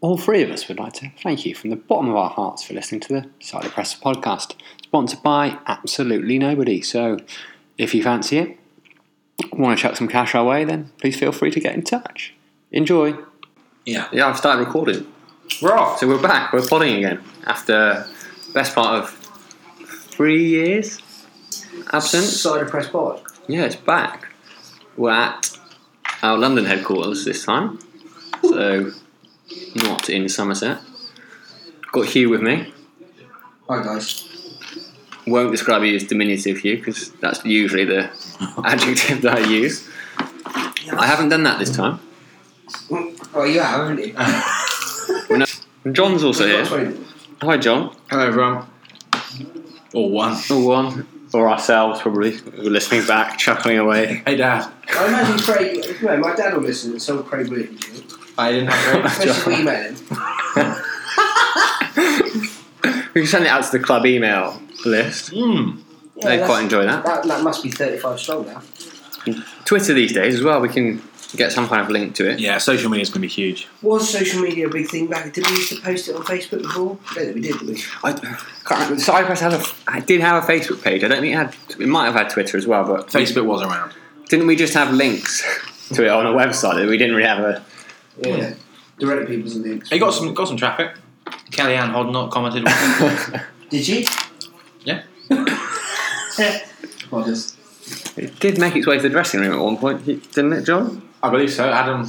All three of us would like to thank you from the bottom of our hearts for listening to the Slightly Press podcast, sponsored by absolutely nobody. So if you fancy it, want to chuck some cash our way, then please feel free to get in touch. Enjoy. Yeah. Yeah, I've started recording. We're off. So we're back, we're podding again after best part of three years absence. Cider Press Pod. Yeah, it's back. We're at our London headquarters this time, so not in Somerset. Got Hugh with me. Hi, guys. Won't describe you as diminutive Hugh because that's usually the adjective that I use. I haven't done that this time. Well, you have, haven't you? John's also here. Hi, John. Hello, everyone. Or one. Or one, or ourselves probably. We're listening back, chuckling away. Hey, Dad. I imagine Craig, you know, my dad will listen and so will Craig Williams. I didn't have Especially if we email him. We can send it out to the club email list. Mmm. Yeah, They'd that's- quite enjoy that. that. That must be 35 strong now. Twitter these days as well. We can get some kind of link to it. Yeah, social media is going to be huge. Was social media a big thing back? Did we used to post it on Facebook before? I don't think we did, did we? I can't remember. Cypress had a, I did have a Facebook page. I don't think it had. It might have had Twitter as well, but Facebook was around. didn't we just have links to it on a website? We didn't really have a. Yeah. Direct people's links. It got some got some traffic. Kellyanne Hodnott commented. Did you? Yeah. Modest. it did make its way to the dressing room at one point, didn't it, John? I believe so. Adam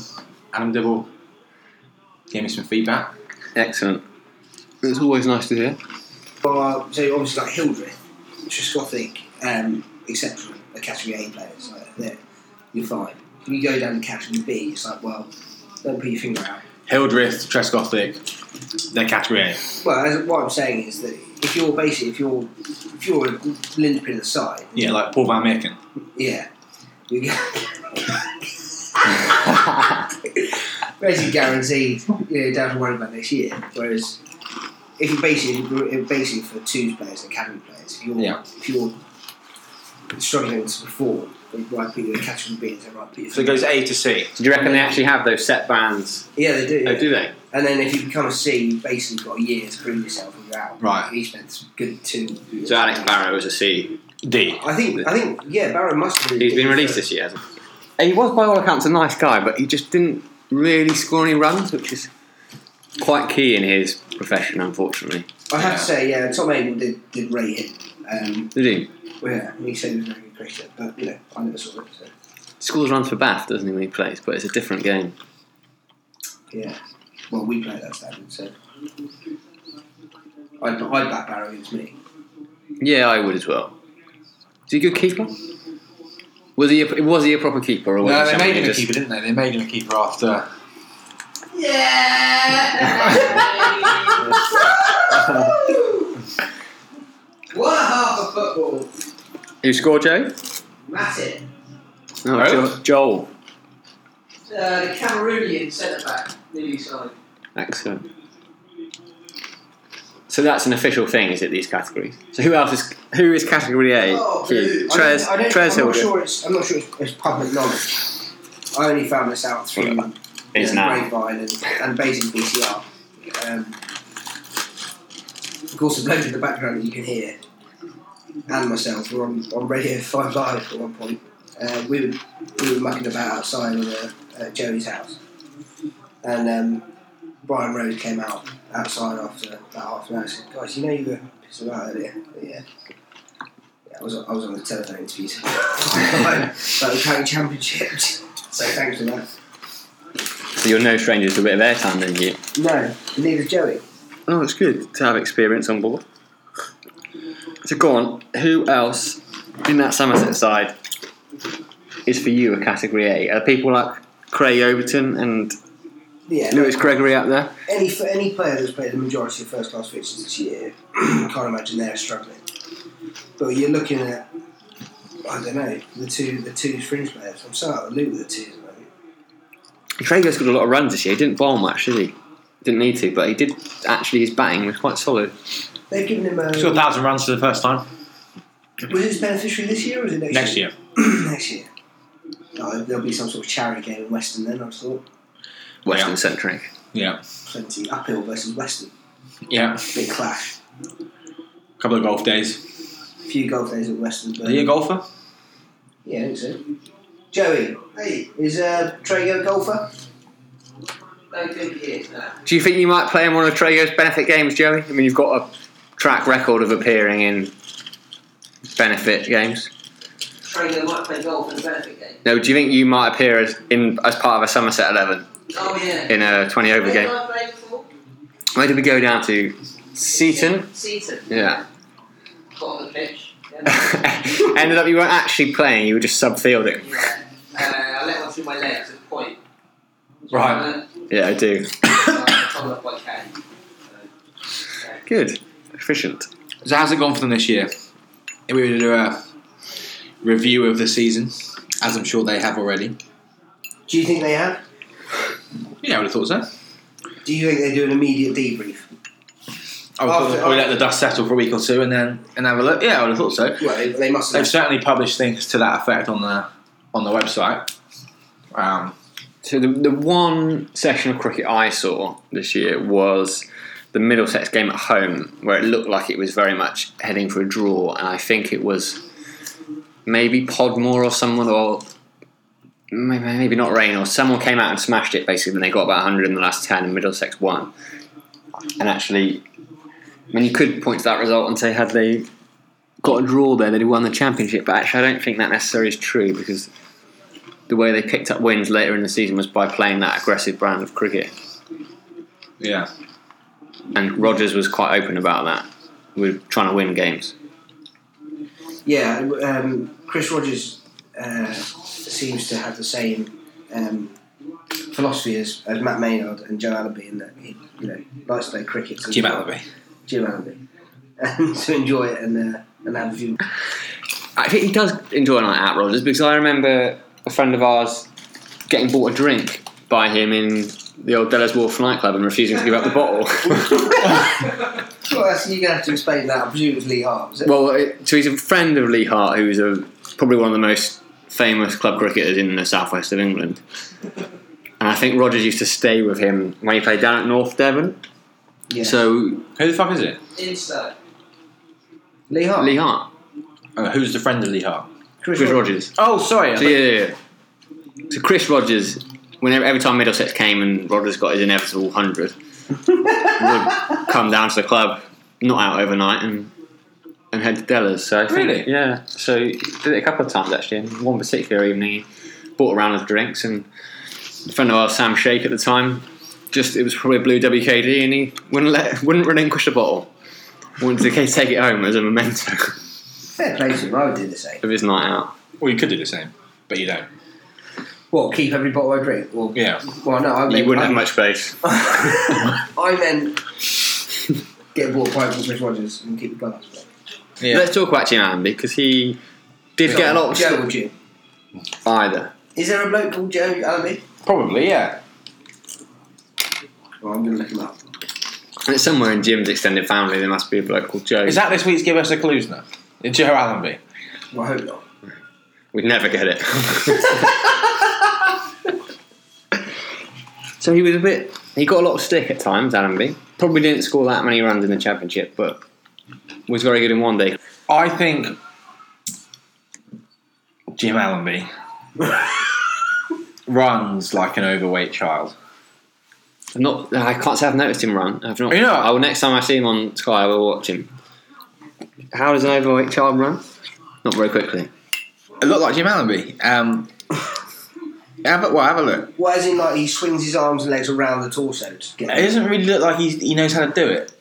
Adam Dibble gave me some feedback. Excellent. It's always nice to hear. Well, uh, so obviously like Hildreth, Trescothick, um, etc. are category A players. Like, they're- you're fine. When you go down to category B, it's like, well, don't put your finger out. Hildreth, Trescothick, they're category A. Well, as, what I'm saying is that if you're basically if you're if you're a linchpin aside, Yeah, like Paul Van Meeken. yeah, you get basically guaranteed you know, down to worry about next year. Whereas if you basically if basically for twos players and academy players, if you're Yeah. if you're struggling to perform, they might put you in category B, and they might put you. So it goes A to C. Do you reckon they actually have those set bands? yeah, they do. yeah. Oh, do they? And then if you become a C, you've basically got a year to prove yourself and you're out. Right. He spent a good two. years. So Alex Barrow was a C. D. I think I think yeah, Barrow must have. He's been released this year, hasn't he? He was, by all accounts, a nice guy, but he just didn't really score any runs, which is quite key in his profession, unfortunately. I have Yeah. to say, yeah, Tom Abel did, did rate him. Um, Did he? well, yeah, he said he was a very good cricketer, but you know, I never saw him. So Scores runs for Bath, doesn't he, when he plays? But it's a different game. yeah, well, we play at that standard, so I'd, I'd back Barrow against me. Yeah, I would as well. Is he a good keeper? Was he a, was he a proper keeper? Or was No, he they someone made who him a just- keeper, didn't they? They made him a keeper after. What a half of football! Who scored, Joe? That's it. No, Oh. Jo- Joel. Uh, the Cameroonian centre back, new side. Excellent. So that's an official thing, is it? These categories. So who else is who is category A? Oh, Hugh. I don't- Trez, I don't- Trez I'm Hilder not sure it's. I'm not sure it's, it's public knowledge. I only found this out through Well, is yeah, now. Grapevine and, and Basin VCR. Um, of course, the bloke in the background that you can hear, and myself, were on, on Radio 5 Live at one point. Uh, we, were, we were mucking about outside of uh, uh, Joey's house, and um, Brian Rose came out outside after about half an hour and said, Guys, you know you were pissing about earlier? But, yeah. Yeah, I was, I was on the telephone interview about the county championship, so thanks for that. So you're no stranger to a bit of airtime, then you. No, neither is Joey. Oh, it's good to have experience on board. So go on. Who else in that Somerset side is for you a category A? Are people like Craig Overton and Yeah, no, Lewis Gregory up there? any for any player that's played the majority of first class fixtures this year, I can't imagine they're struggling. But you're looking at, I don't know, the two the two fringe players. I'm so out of the loop with the twos. at the moment. Craig's got a lot of runs this year. He didn't bowl much, did he? Didn't need to, but he did. Actually, his batting was quite solid. They've given him a. He's got a thousand runs for the first time. Was it his beneficiary this year or was it next, Next year. year? next year. Oh, there'll be some sort of charity game in Western then, I thought. Western Yeah. centric. Yeah. plenty. Uphill versus Western, Yeah. big clash. Couple of golf days. Few golf days at Western. But Are you a golfer? Yeah, I think so. Joey, hey, is uh, Trago a golfer? No good years, no. Do you think you might play in one of Trago's benefit games, Joey? I mean, you've got a track record of appearing in benefit games. Trainer might play golf in the benefit game. No, do you think you might appear as in as part of a Somerset Eleven Oh, yeah. in a twenty over Where did game? I play before? Where did we go down to? Seaton. Seaton. Yeah. Bottom of the pitch. Ended up you weren't actually playing; you were just subfielding. Yeah. Uh, I let one through my legs at point. Right. Yeah, I do. Cover up what I can. Good, efficient. So how's it gone for them this year? If we were to do a review of the season, as I'm sure they have already. Do you think they have? Yeah, I would have thought so. Do you think they do an immediate debrief? I would After- probably, probably let the dust settle for a week or two and then and have a look. Yeah, I would have thought so. Well, they, they must have. They've certainly published things to that effect on the on the website. Um, So the, the one session of cricket I saw this year was the Middlesex game at home, where it looked like it was very much heading for a draw, and I think it was maybe Podmore or someone, or may- maybe not Rain, or someone came out and smashed it. Basically, and they got about 100 in the last 10, and Middlesex won. And actually, I mean, you could point to that result and say had they got a draw there, they'd have won the championship. But actually, I don't think that necessarily is true because the way they picked up wins later in the season was by playing that aggressive brand of cricket. yeah, And Rogers was quite open about that. We were trying to win games. Yeah, um, Chris Rogers uh, seems to have the same um, philosophy as, as Matt Maynard and Joe Allenby in that he you know likes to play cricket. Jim Allenby. Jim Allenby. And to enjoy it and uh, and have a few. I think he does enjoy a night out, Rogers, because I remember a friend of ours getting bought a drink by him in the old Della's Wharf nightclub and refusing to give up the bottle. Well, that's, you're gonna have to explain that. I presume it's Lee Hart. Is it? well, it- so he's a friend of Lee Hart, who's a, probably one of the most famous club cricketers in the southwest of England. And I think Rogers used to stay with him when he played down at North Devon. yeah. So, Who the fuck is it? Insta. Lee Hart, Lee Hart. Oh, who's the friend of Lee Hart? Chris, Chris Rogers. Rogers. Oh, sorry. I So yeah, yeah, yeah. So Chris Rogers, whenever every time Middlesex came and Rogers got his inevitable hundred, would come down to the club, not out overnight, and and head to Della's. So I think, Really? yeah. So he did it a couple of times actually. And one particular evening, he bought a round of drinks, and a friend of ours, Sam Shake, at the time, just it was probably a blue WKD, and he wouldn't let wouldn't relinquish the bottle. Wanted to take it home as a memento Fair play to him. I would do the same. of his night out. thought- well, you could do the same, but you don't. Well, keep every bottle I drink. Well, Yeah. well, no, I meant, You wouldn't I, have much space. I meant get bought by Chris Rogers and keep the glass. Yeah. Let's talk about Jim Allenby because he did get a lot of Joe stuff or Jim. either. Is there a bloke called Joe Allenby? Probably. Yeah. Well, I'm going to look him up. And it's somewhere in Jim's extended family. There must be a bloke called Joe. Is that this week's give us a clues now? Joe Allenby. Well, I hope not. We'd never get it. so he was a bit. He got a lot of stick at times. Allenby probably didn't score that many runs in the championship, but was very good in one day. I think Jim Allenby runs like an overweight child. I'm not. I can't say I've noticed him run. I've not. You know- I will next time I see him on Sky, I will watch him. How does an overweight child run? Not very quickly. A lot like Jim Allenby. Um, have a, well, have a look. Why is it like he swings his arms and legs around the torso? To It get doesn't really look like he's, he knows how to do it.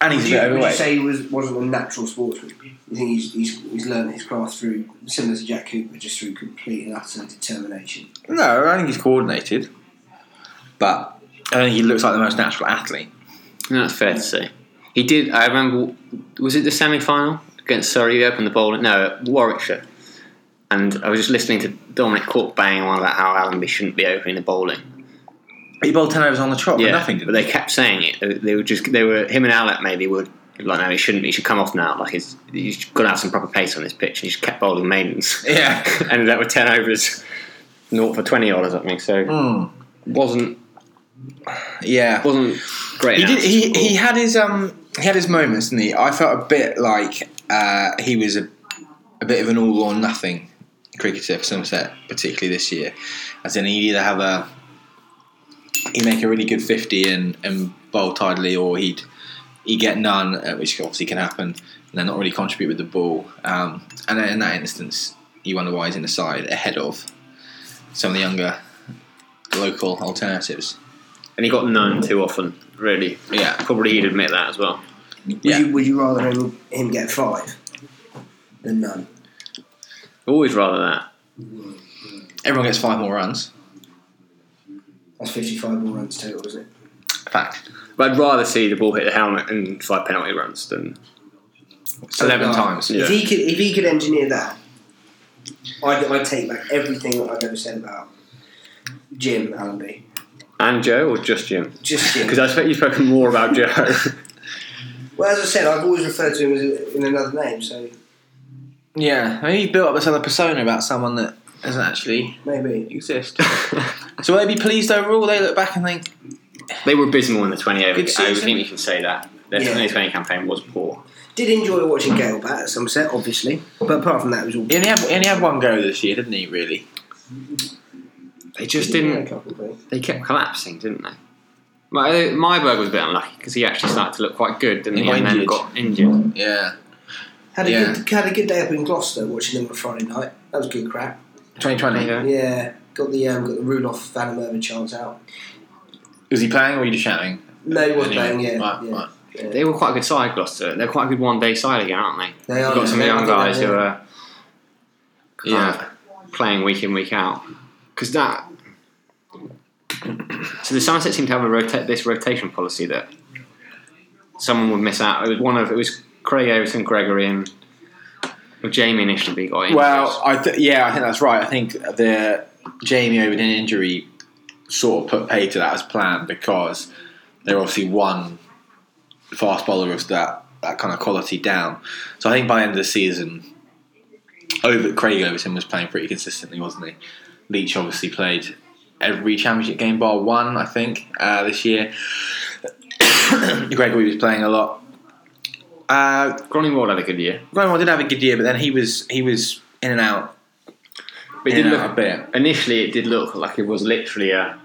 And he's Would you, would a bit you overweight. say he was, wasn't a natural sportsman? You think he's, he's, he's learned his craft through, similar to Jack Cooper, just through complete and utter determination? No, I think he's coordinated. But I think he looks like the most natural athlete. No, that's fair to say. He did. I remember. Was it the semi-final against Surrey? He opened the bowling. No, Warwickshire. And I was just listening to Dominic Cork banging on about how Allenby shouldn't be opening the bowling. He bowled 10 overs on the trot, but nothing did but they kept saying it. They- They were just. They were him and Alec maybe would like no, he shouldn't. He should come off now. Like he's he's got to have some proper pace on this pitch. And he just kept bowling maidens. Yeah. Ended up with ten overs, naught for twenty odd or something. So Hmm. wasn't yeah. wasn't great. He at did. He, football. he had his um. He had his moments, didn't he? I felt a bit like uh, he was a, a bit of an all or nothing cricketer for Somerset, particularly this year. As in, he'd either have a he'd make a really good fifty and and bowl tidily, or he'd he'd get none, uh, which obviously can happen, and then not really contribute with the ball. Um, and then in that instance, you wonder why he's in the side ahead of some of the younger local alternatives. and he got none too often. Really, Yeah. probably he'd admit that as well. Would, Yeah. you, would you rather him, him get five than none? Always rather that. Everyone gets five more runs. That's 55 more runs total, isn't it? Fact. But I'd rather see the ball hit the helmet and five penalty runs than Eleven Nine. times. Yeah. If he could, if he could engineer that, I'd, I'd take back everything that I've ever said about Jim Allenby. and Joe or just Jim. Just Jim. Because I expect you've spoken more about Joe. Well, as I said, I've always referred to him as in another name, so Yeah, maybe he built up this other persona about someone that doesn't actually maybe. exist. so will they be pleased overall? They look back and think, they were abysmal in the 20 over. I Good season. think we can say that. Their Yeah. 2020 campaign was poor. Did enjoy watching Gale bat at Somerset, obviously, but apart from that, it was all. he only had, he only had one go this year, didn't he? Really? They just didn't. They kept collapsing, didn't they? My Myberg was a bit unlucky because he actually started to look quite good, didn't he? He got and then injured. got injured. Yeah. Had a Yeah. good had a good day up in Gloucester watching them on Friday night. That was good crap. Twenty twenty. Yeah. Yeah, got the um, got the Rudolph Van Merwin chance out. Was he playing or were you just shouting? No, he was Anyway, playing. Yeah, right, yeah. right. yeah. They were quite a good side, Gloucester. They're quite a good one-day side again, aren't they? They You've are. got some yeah, young they are, guys who yeah. are Yeah. playing week in week out because that. So the Somerset seem to have a rota- this rotation policy that someone would miss out. It was one of it was Craig Overton, Gregory, and well, Jamie initially got injured. Well, I th- yeah, I think that's right. I think the Jamie Overton injury sort of put pay to that as planned because they're obviously one fast bowler of that that kind of quality down. So I think by the end of the season, over Craig Overton was playing pretty consistently, wasn't he? Leach obviously played every championship game bar one, I think, uh, this year. Gregory was playing a lot. Uh, Groningen Wall had a good year, Grimoire did have a good year, but then he was he was in and out but it in did and look out a bit. initially it did look like it was literally a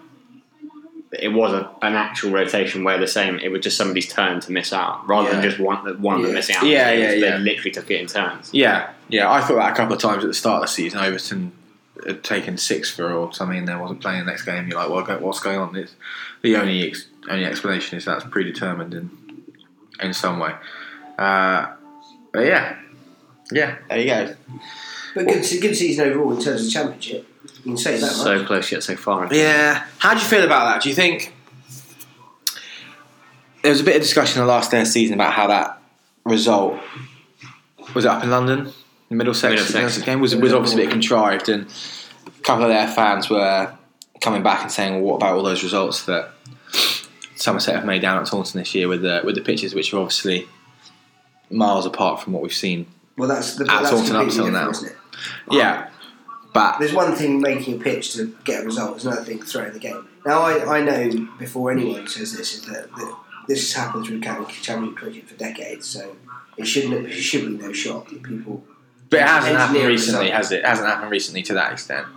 it was a, an actual rotation where the same it was just somebody's turn to miss out rather than Yeah. just one one of them Yeah. missing out. Yeah, It was- yeah, they yeah. literally took it in turns. Yeah, yeah. I thought that a couple of times at the start of the season. Overton had taken six for or something, and then wasn't playing the next game. You're like, well, go- what's going on? It's, the only ex- only explanation is that's predetermined in in some way. Uh, but yeah, yeah. There you go. But good, se- good season overall in terms of championship. You can say that. so much. close yet so far. Yeah. How do you feel about that? Do you think there was a bit of discussion the last day of the season about how that result was it up in London, in Middlesex, Middlesex. the Middlesex game was was obviously a bit contrived, and a couple of their fans were coming back and saying, well, "What about all those results that Somerset have made down at Taunton this year with the with the pitches, which are obviously miles apart from what we've seen?" well, that's the At that's Taunton up completely till different, now. isn't it? Yeah, but There's one thing making a pitch to get a result. There's another thing throwing the game. Now I, I know before anyone says this is that, that this has happened through county championship cricket for decades. So it shouldn't it should be no shock that people but it hasn't happened Engineering recently, result. has it? It hasn't happened recently to that extent.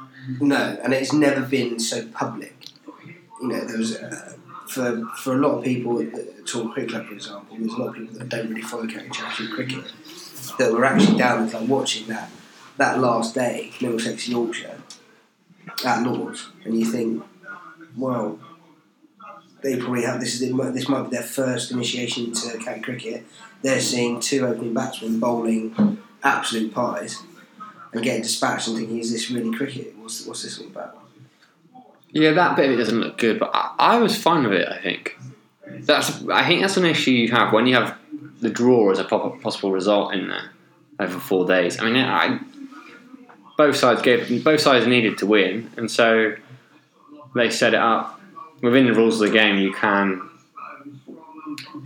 No, and it's never been so public. You know, there was uh, for for a lot of people at Tour Cricket Club, for example, there's a lot of people that don't really follow county championship cricket that were actually down at the club watching that that last day, Middlesex Yorkshire at Lords, and you think, well, they probably have this is this might be their first initiation into county cricket. They're seeing two opening batsmen bowling absolute pies and getting dispatched and thinking, is this really cricket? What's, what's this all about? Yeah, that bit of it doesn't look good, but I, I was fine with it. I think that's I think that's an issue you have when you have the draw as a pop- possible result in there over four days. I mean, I, both sides gave both sides needed to win, and so they set it up within the rules of the game. You can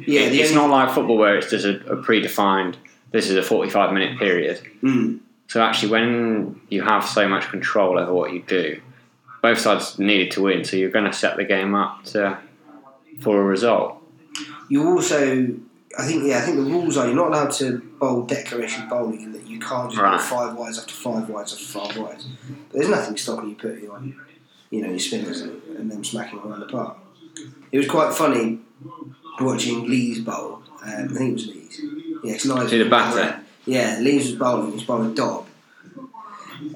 Yeah, it- it's not like football where it's just a, a predefined. This is a forty-five minute period. Mm. So actually, when you have so much control over what you do, both sides needed to win, so you're going to set the game up to, for a result. You also, I think, yeah, I think the rules are you're not allowed to bowl declaration bowling, and that you can't just Right. put five wides after five wides after five wides. But there's nothing stopping you putting on, you know, your spinners and, and them smacking around the park. It was quite funny watching Lees bowl. Um, I think it was Lees. Yeah, it's nice. See the batter? Yeah, Lees was bowling. He was bowling Dob,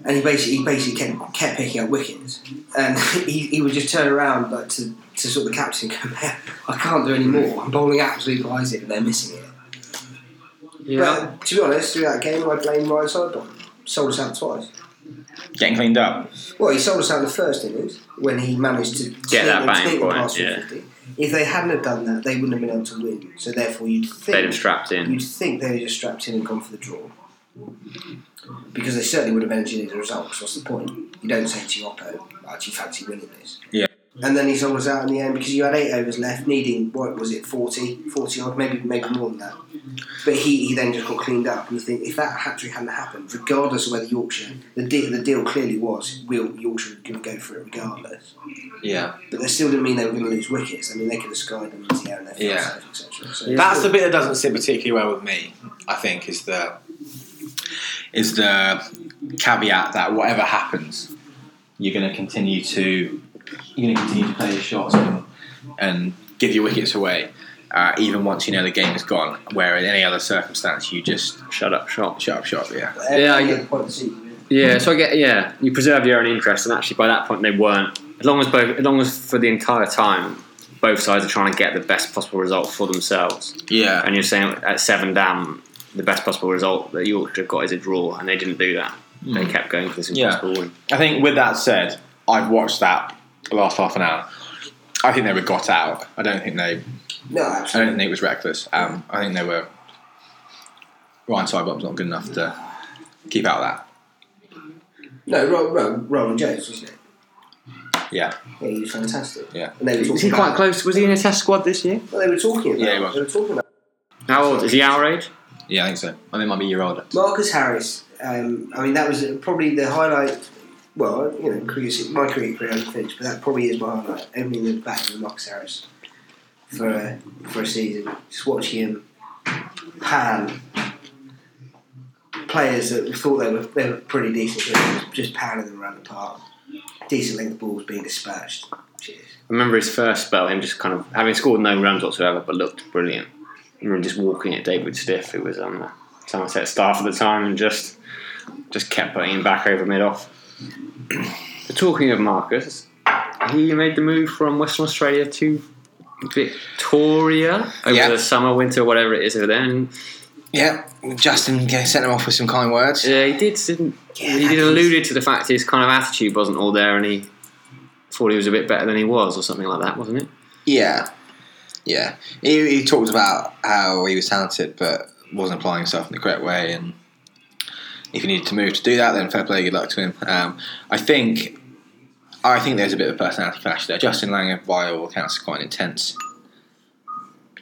and he basically he basically kept, kept picking up wickets, and he, he would just turn around like to, to sort of the captain and go, "Man, I can't do any more. I'm bowling absolute lies it, and they're missing it. But to be honest, through that game, I blame Ryan Sidebottom. Sold us out twice. Getting cleaned up. Well, he sold us out in the first innings when he managed to sneak- that bang sneak the point, past yeah. 150. If they hadn't have done that, they wouldn't have been able to win. So therefore, you'd They'd have think strapped in. you'd think they were just strapped in and gone for the draw because they certainly would have engineered the results. What's the point? You don't say to your oppo, "I actually fancy winning this." Yeah. And then he sold us out in the end because you had eight overs left, needing what was it, 40, 40 odd, maybe maybe more than that. But he, he then just got cleaned up, and you think if that hat trick hadn't happened, regardless of whether Yorkshire, the deal, the deal clearly was, will Yorkshire were going to go for it regardless. Yeah. But that still didn't mean they were going to lose wickets. I mean, they could have skied them into the air and they Yeah. yeah. etc. So, That's the bit that doesn't sit particularly well with me. I think is the is the caveat that whatever happens, you're going to continue to you're going to continue to play your shots and, and give your wickets away, uh, even once you know the game is gone. Where in any other circumstance, you just Shut up shop. shut up shop. Yeah. Yeah, I- get point to Yeah, so I get yeah, you preserve your own interest, and actually by that point they weren't. As long as both, as long as for the entire time, both sides are trying to get the best possible result for themselves. Yeah. And you're saying at seven down, the best possible result that Yorkshire got is a draw, and they didn't do that. They kept going for this Yeah. impossible win. I think with that said, I've watched that last half an hour. I think they were got out. I don't think they. No, I absolutely. don't think it was reckless. Um, I think they were. Ryan Sidebottom's not good enough to keep out of Oh. No, Ro- Ro- Roland Jones, wasn't it? that. Yeah, Yeah, he was fantastic. Yeah. And they were talking Was he quite about, close? Was he in a test squad this year? Well, they were talking about. Yeah, he was. They were talking about How old is he? Our age? yeah, I think so. I think it might be a year older. Marcus Harris. Um, I mean, that was probably the highlight. Well, you know, career, my career career hasn't finished, but that probably is my highlight. Opening the back with Marcus Harris for a, for a season, just watching him pan players that we thought they were they were pretty decent, but just panning them around the park. Decent length balls being dispatched. Cheers. I remember his first spell, him just kind of having scored no runs whatsoever, but looked brilliant. I remember just walking at David Stiff, who was on the Somerset staff at the time, and just just kept putting him back over mid off. so talking of Marcus, he made the move from Western Australia to Victoria over Yeah. the summer, winter, whatever it is over there. And Yeah, Justin sent him off with some kind words. yeah, he did didn't, he did alluded to the fact his kind of attitude wasn't all there, and he thought he was a bit better than he was, or something like that, wasn't it? Yeah, yeah. He, he talked about how he was talented, but wasn't applying himself in the correct way. And if he needed to move to do that, then fair play, good luck to him. Um, I think, I think there's a bit of a personality clash there. Justin Langer, by all accounts, is quite an intense.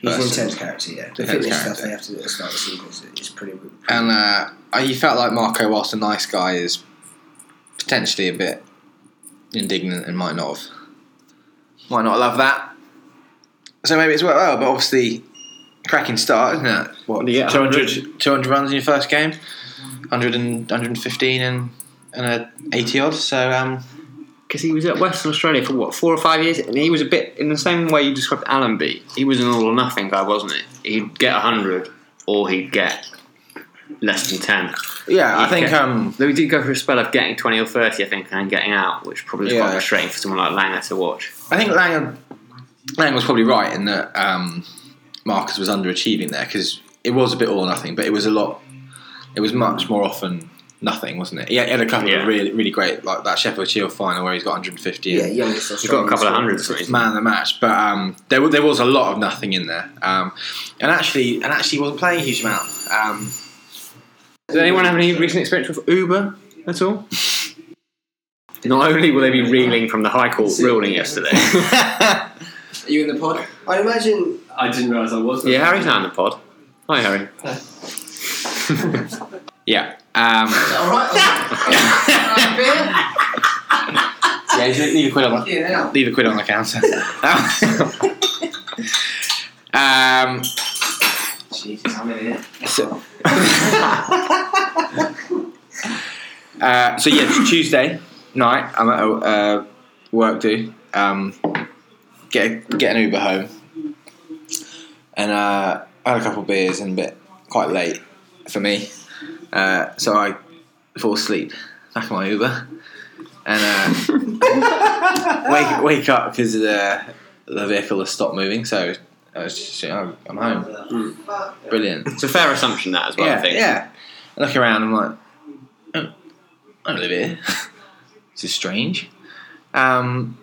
He's an person. intense character, yeah. The Intense fitness stuff character. they have to do at the start of the season is, is pretty. and uh, he felt like Marco, whilst a nice guy, is potentially a bit indignant and might not have, might not love that. So maybe it's worked well, but obviously, cracking start, isn't it? What Yeah, 200, 200 runs in your first game, 100 and 115 and and a 80 odd. So um, because he was at Western Australia for what four or five years, and he was a bit in the same way you described Allenby. He was an all or nothing guy, wasn't he? He'd get hundred, or he'd get less than ten. yeah, I Okay. think um, Though he did go through a spell of getting twenty or thirty, I think, and getting out, which probably is Yeah. quite frustrating for someone like Langer to watch. I think Lang, Lang was probably right in that um, Marcus was underachieving there because it was a bit all or nothing, but it was a lot. It was much more often nothing, wasn't it? He had he had a couple Yeah. of really, really great, like that Sheffield Shield final where he's got 150. Yeah, and He's youngest got a Australian couple of scorer. hundreds for his Man of the match, but um, there, wa- there was a lot of nothing in there, um, and actually, and actually, he wasn't playing a huge amount. Um, Does anyone have any recent experience with Uber at all? Not only will they be reeling from the High Court ruling yesterday. Are you in the pod? I imagine I didn't realise I was. yeah, Harry's not in the pod. Hi, Harry. yeah, um, Alright, yeah, Yeah, just leave a quid on Fucking hell. leave a quid on the counter. um, Jesus, I'm in it. so, uh, so yeah, it's Tuesday night. I'm at a uh, work do. Um, get get an Uber home, and uh, I had a couple of beers and a bit quite late for me. Uh, so I fall asleep back in my Uber, and. Uh, wake wake up because the the vehicle has stopped moving. So I was just, I'm, I'm home. Brilliant. It's a fair assumption that as well. I yeah, think. yeah. I look around. I'm like, oh, I don't live here. this is strange. Um,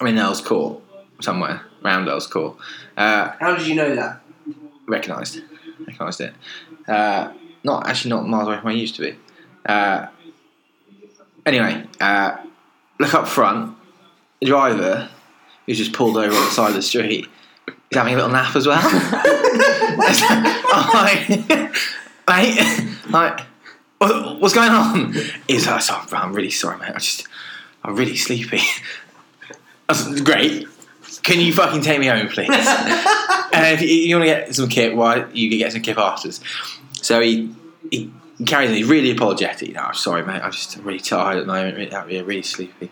I'm in Earl's Court somewhere around Earl's Court. Uh, How did you know that? recognised, recognised it. Uh, not actually not miles away from where I used to be. Uh, anyway, uh, look up front. The driver who's just pulled over on the side of the street is having a little nap as well. I'm like, mate, like, what- what's going on? He's like, "Sorry, bro, I'm really sorry, mate. I just, I'm really sleepy. I was, Great. Can you fucking take me home, please? and if you, you want to get some kip, why you can get some kip afterwards. So he he carries on. He's really apologetic. No, I'm sorry, mate. I'm just really tired at the moment. Really, I'm really, really sleepy.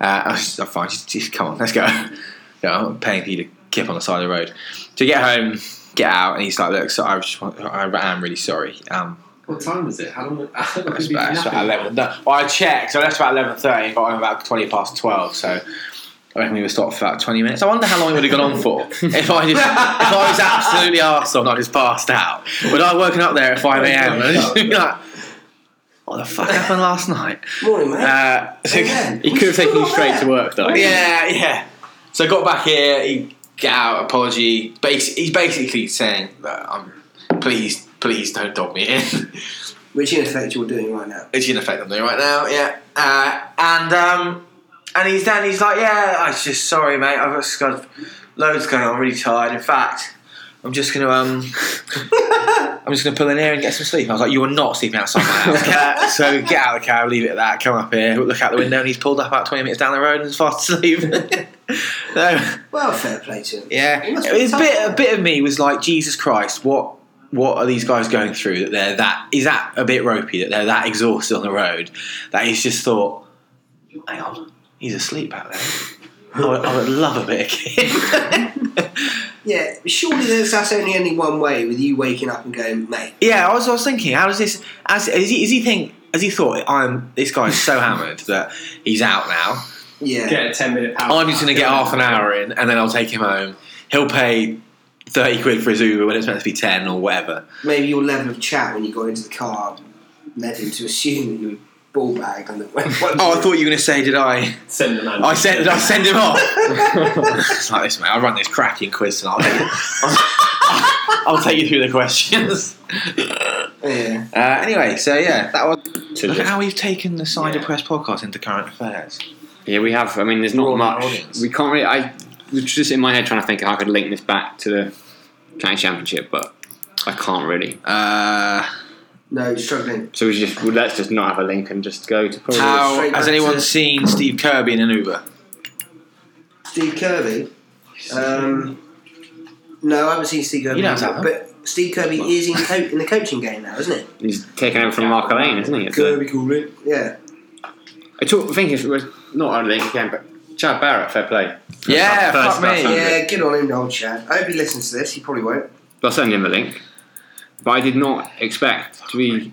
Uh, I was just, I'm fine. Just, just come on, let's go. no, I'm not paying for you to kip on the side of the road. So you get home, get out, and he's like, "Look, so I, just want, I am really sorry." Um, What time is it? How long? How long I have was you about, been I was about napping? eleven. No, well, I checked. So I left about eleven thirty, but I'm about twenty past twelve. So. I reckon we were stopped for about 20 minutes. I wonder how long it would have gone on for if I just if I was absolutely arsed and I just passed out. Would I have woken up there at 5 a.m. and I'd just be like, what the fuck happened last night? Morning, mate. Uh, so, Yeah. He could have taken you straight to work though. yeah, yeah. So I got back here. He get out apology. Bas- he's basically saying that I'm please, please don't dog me in. Which in effect you're doing right now. It's in effect I'm doing right now. Yeah, uh, and um, and he's then he's like, yeah, I'm just sorry, mate. I've just got loads going on. I'm really tired. In fact, I'm just gonna um, I'm just gonna pull in here and get some sleep. I was like, you are not sleeping outside my house. Get out- so get out of the car, leave it at that. Come up here, look out the window, and he's pulled up about 20 minutes down the road and is fast asleep. no. Well, fair play to him. Yeah, It must it be was a tough, bit. though. A bit of me was like, Jesus Christ, what? What are these guys going through? That they're that is that a bit ropey? That they're that exhausted on the road? That he's just thought, hang on, he's asleep out there. I would, I would love a bit of kid. Yeah, surely there's, that's only only one way with you waking up and going, mate. yeah, I was, I was thinking, how does this? As is he? Is he think? Has he thought? I'm this guy's so hammered that he's out now. Yeah. Get a ten minute power. Oh, I'm just going to get half an hour in, and then I'll take him home. He'll pay thirty quid for his Uber when it's meant to be ten or whatever. Maybe your level of chat when you got into the car led him to assume that you were ball bagged and that when Oh, I thought you were going to say, did I? Send the man. I said, did I send him off? it's like this, mate. I'll run this cracking quiz tonight. I'll, I'll take you through the questions. Uh, Yeah. anyway, so yeah, that was. To Look at just- how we've taken the Cider Press podcast into current affairs. yeah, we have. I mean, there's Broaden not our much. audience. We can't really. I was just in my head trying to think how I could link this back to the county championship, but I can't really. Uh, No, struggling. So we just well, let's just not have a link and just go to probably. how straight has back anyone to- seen Steve Kirby in an Uber? Steve Kirby. Um, no, I haven't seen Steve Kirby. You don't have but Steve Kirby is in, co- in the coaching game now, isn't it? He's taken over from Mark Lane, isn't he? It's a- Kirby. Yeah. I talk, think it was not only again, but Chad Barrett, fair play. Yeah, First fuck me. class, Yeah, good on him, old Chad. I hope he listens to this. He probably won't. I'll send him the link. But I did not expect to be.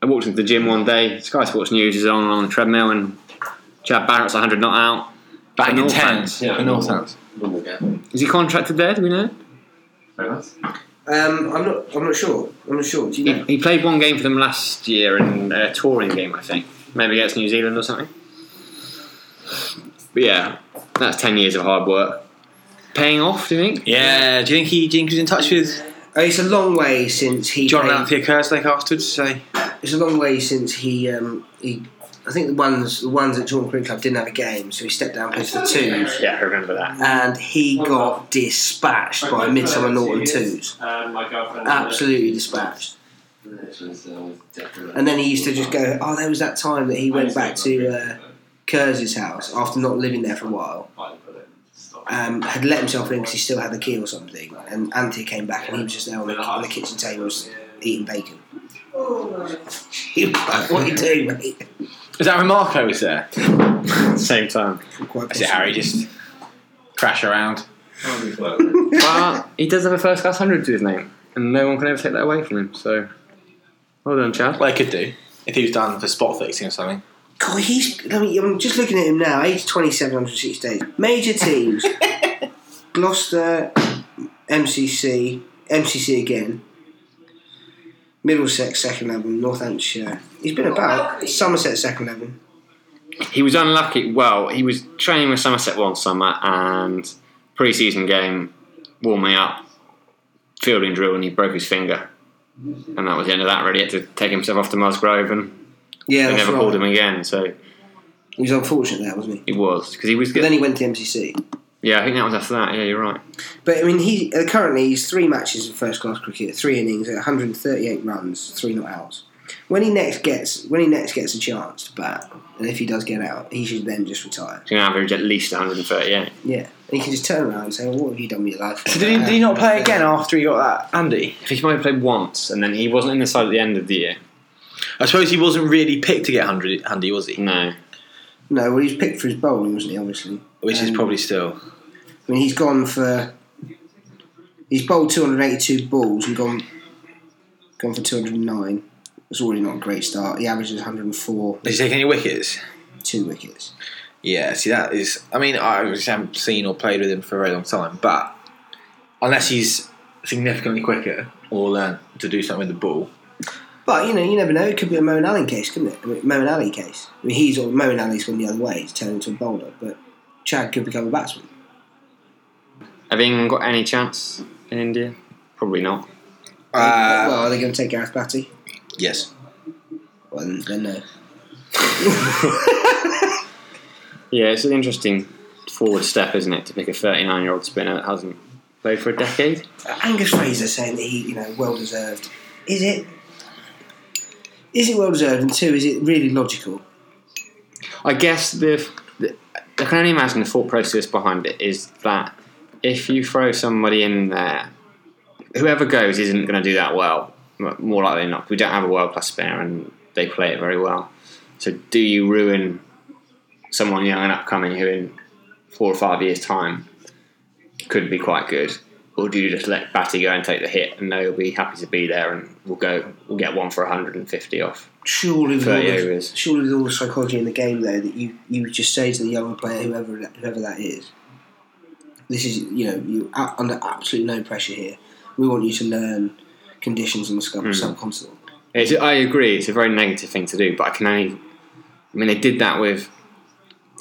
I walked into the gym one day. Sky Sports News is on on the treadmill, and Chad Barrett's 100 not out. Back in North tens. Yeah, in North Ends. Normal game. Is he contracted there? Do we know? Very nice. Um, I'm not. I'm not sure. I'm not sure. Do you know? He, he played one game for them last year in a touring game, I think. Maybe against New Zealand or something. But yeah, that's 10 years of hard work. Paying off, do you think? Yeah, do you think he, do you think he was in touch with Oh, it's a long way since he. John played- Anthea Kerslake afterwards? Say, It's a long way since he. Um, he. I think the ones the ones at Jordan Green Club didn't have a game, so he stepped down and played for the twos, Yeah, I remember that. and he got dispatched by Midsummer Norton twos. Um, my girlfriend. Absolutely dispatched. It was always different. And then he used to just go, oh, there was that time that he went back to uh, Kurz's house after not living there for a while, uh, um, had let himself in because he still had the key or something, and Anthony came back and he was just there on the, on the kitchen table just eating bacon. He was like, what you doing, mate? Is that when Marco was there? At the same time. Quite I said, Harry, just crash around. But he does have a first class hundred to his name, and no one can ever take that away from him. So, well done, Chad. Well, they could do. If he was done for spot fixing or something. God, he's. I mean, I'm just looking at him now. Age 27, 106 days. Major teams: Gloucester, MCC, MCC again, Middlesex second level, Northamptonshire. He's been about Somerset second level. He was unlucky. Well, he was training with Somerset one summer and pre-season game, warming up, fielding drill, and he broke his finger, and that was the end of that. Really, he had to take himself off to Musgrove, and Yeah, they that's never right. called him again. So He was unfortunate there, wasn't he? it was because he was But good. then he went to MCC. yeah, I think that was after that. Yeah, you're right. But I mean, he uh, currently he's three matches in first class cricket, three innings, at 138 runs, three not outs. When he next gets when he next gets a chance to bat, and if he does get out, he should then just retire. He's going to average at least 138. Yeah, and he can just turn around and say, well, "What have you done with your life?" So did he, did he not play again after he got that, Andy? I think he might have played once, and then he wasn't in the side at the end of the year. I suppose he wasn't really picked to get 100, Andy, was he? No. No, well, he's picked for his bowling, wasn't he? Obviously, Which is Um, probably still. I mean, he's gone for he's bowled 282 balls and gone gone for 209. It's already not a great start. He averages 104, Did he take any wickets? two wickets. Yeah, see, that is. I mean, I obviously haven't seen or played with him for a very long time, but unless he's significantly quicker or learn to do something with the ball, But you know, you never know. It could be a Moen Allen case, couldn't it? I mean, Moen Alley case. I mean, he's or Moen Alley's gone the other way. He's turned into a bowler, but Chad could become a batsman. Have England got any chance in India? Probably not. Uh, well, are they going to take Gareth Batty? yes. Well, then, then no. Yeah, it's an interesting forward step, isn't it, to pick a 39 year old spinner that hasn't played for a decade? Angus Fraser saying that he, you know, well deserved. Is it? Is it well deserved? And two, is it really logical? I guess the, the I can only imagine the thought process behind it is that if you throw somebody in there, whoever goes isn't going to do that well. m- More likely than not, we don't have a world class spinner and they play it very well. So do you ruin someone young and upcoming who in four or five years' time could be quite good? Or do you just let Batty go and take the hit and they'll be happy to be there and we'll go we'll get one for 150 off? Surely, with all 30 the, overs. surely with all the psychology in the game, though, that you, you just say to the young player, whoever that- whoever that is, this is you know you are under absolutely no pressure here. We want you to learn conditions on the sub- Hmm. subcontinent. It's, I agree. It's a very negative thing to do, but I can only. I mean, they did that with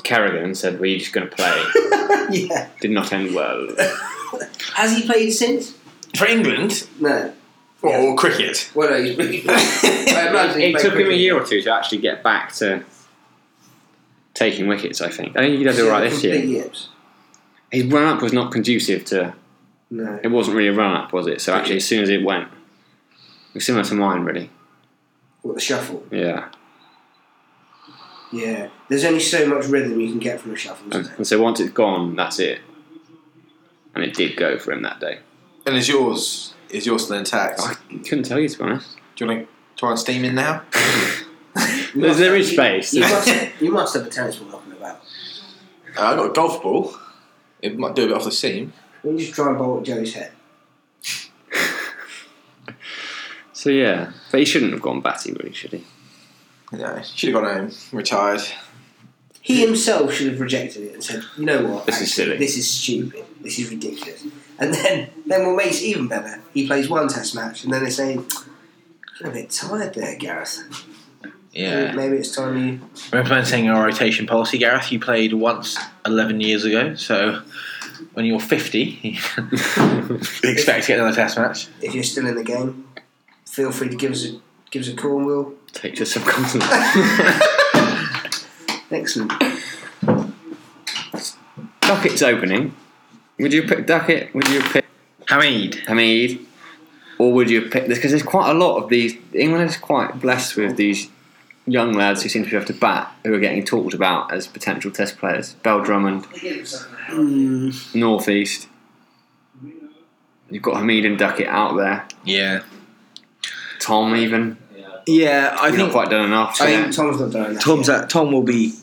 Kerrigan and said, "Were you just going to play?" yeah. did not end well. Has he played since? For England? No. Or cricket? Well, no. He's, I imagine he it played took him a cricket. year or two to actually get back to taking wickets. I think. I think he does all right this Complete year. yips. His run up was not conducive to. No. It wasn't really a run up, was it? So actually, as soon as it went, it was similar to mine, really. What the shuffle? Yeah. Yeah. There's only so much rhythm you can get from a shuffle. And, Isn't there? and so once it's gone, that's it. And it did go for him that day. And is yours is yours still intact? I couldn't tell you to be honest. Do you want to try and steam in now? Uh, You There's- must there have- is space. You, you must, you must have a tennis ball knocking about. Uh, I got a golf ball. It might do a bit off the seam. Let me just try and bowl at Joe's head. So yeah, but he shouldn't have gone batty, really, should he? Yeah, should have gone home, retired. He himself should have rejected it and said, "You know what? This is silly. This is stupid. This is ridiculous." And then, then what makes it even better? He plays one Test match, and then they say, "You're a bit tired there, Gareth. Maybe it's time you." We're implementing our rotation policy, Gareth. You played once 11 years ago, so when you're 50, you expect to get another test match. If you're still in the game, feel free to give us a give us a call, and we'll Take to subcontinent. excellent. Duckett's opening. Would you pick Duckett? Would you pick Hamid. Hamid? or would you have picked this? Because there's quite a lot of these. England is quite blessed with these young lads who seem to be able to bat, who are getting talked about as potential Test players. Bell Drummond, Mm. Northeast. You've got Hamid and Duckett out there. Yeah, Tom even. yeah. I You've not quite done enough. I So think Tom's not done that. Tom's at, Tom will be.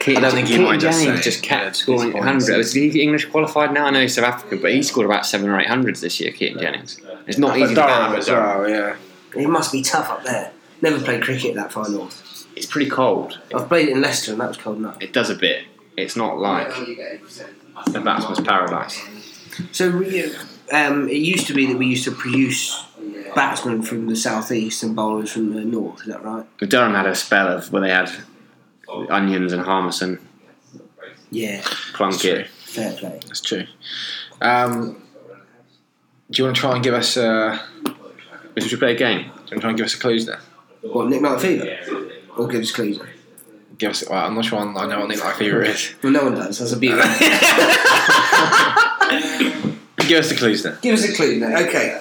Keaton- I don't think he Keaton minds us Jennings saying just yeah, kept it's scoring fine. 100. Is he English qualified now? I know he's South African, but he scored about seven or eight hundreds this year. Keaton Jennings. It's not easy to bat. as well. Yeah, It must be tough up there. Never played cricket that far north. It's pretty cold. I've played in Leicester and that was cold enough. It does a bit. It's not like the batsman's paradise. So we, um, it used to be that we used to produce batsmen from the southeast and bowlers from the north. Is that right? But Durham had a spell of where they had onions and Harmison, Yeah. Plunkett. Fair play. that's true. Um, do you want to try and give us? Uh, Should we play a game? do you want to try and give us a clues now? What Nick Fever? Or gives clues? Give us. Well, I'm not sure. I know what Nick Fever is. Well, no one does. That's a beauty. Give us the clues then. give us a clue now. Okay.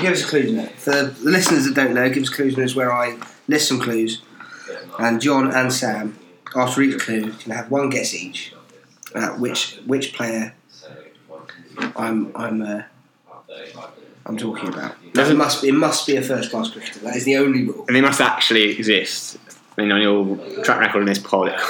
Give us a clue now. For the listeners that don't know, give us clues now is where I list some clues, Uh, and John and Sam, after each clue, can have one guess each at which which player I'm I'm uh, I'm talking about. Now, it must be it must be a first class cricketer. That is the only rule. And they must actually exist. I mean, on your track record in this pod, it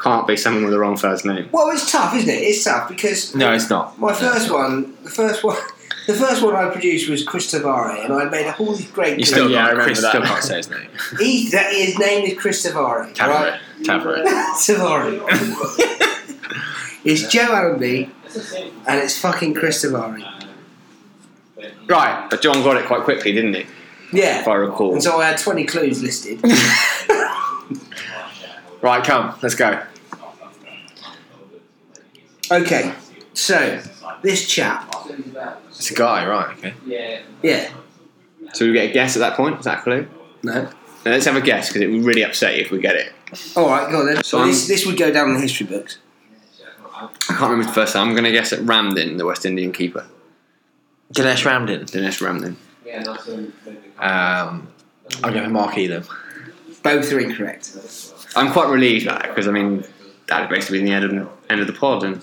can't be someone with the wrong first name. Well, it's tough, isn't it? It's tough because No, it's not. My first one, the first one, the first one I produced was Chris Tavare, and I made a whole great. You still Yeah, I yeah, remember Chris that. still can't say his name. he, that, his name is Chris Tavare. Tavare. Tavare. Tavare. it's Joe Allenby, and it's fucking Chris Tavare. Right, but John got it quite quickly, didn't he? If Yeah. I recall. And so I had twenty clues listed. Right, come. Let's go. okay, so this chap, It's a guy, right? Okay. yeah, So we get a guess at that point, is that a clue? no, Now, let's have a guess because it would really upset you if we get it. all right, go on then. So I'm- this this would go down in the history books. I can't remember the first time. I'm going to guess at Ramden, the West Indian keeper. Ganesh Ramden. Dinesh Ramden. Um, I'll go for Mark Elam. Both are incorrect. I'm quite relieved about that because I mean that'd basically been the end of the end of the pod, and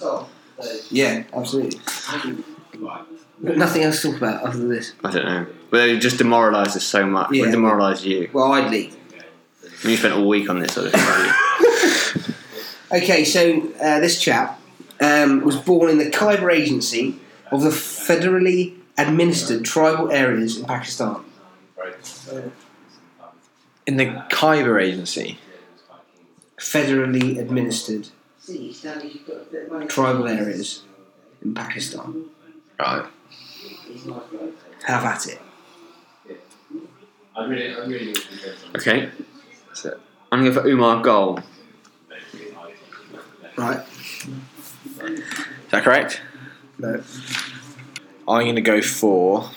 Yeah, absolutely. But nothing else to talk about other than this. I don't know. But it just demoralised us so much. Yeah. It demoralised you. Well, I'd leave. I mean, you spent all week on this sort of thing. Okay, so uh, this chap um, was born in the Khyber Agency of the federally administered tribal areas in Pakistan. In the Khyber Agency. Federally administered tribal areas in Pakistan. Right. Have at it. okay, That's it. I'm going for Umar Goal. Right? Is that correct? No. I'm going to go for.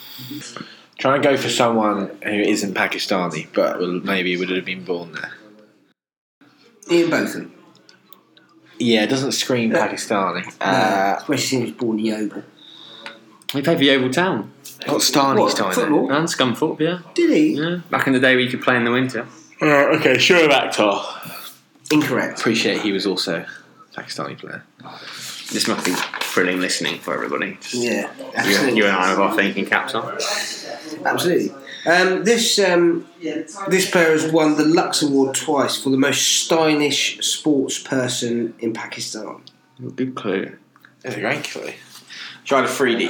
Trying to go for someone who isn't Pakistani, but will, maybe would have been born there. Ian Botham. Yeah, it doesn't scream Pakistani. Uh, Especially since he was born in Yeovil. He played for Yeovil Town what star What, needs time? football? and Scunthorpe, yeah. Did he? Yeah, back in the day, we could play in the winter. okay, sure, actor. Incorrect. Appreciate he was also Pakistani player. This must be thrilling listening for everybody. Just Yeah. you, Absolutely. you and I with our thinking caps on. Absolutely. Um, this um, this player has won the Lux Award twice for the most stylish sports person in Pakistan. Good clue. That's a great clue. Try the 3D.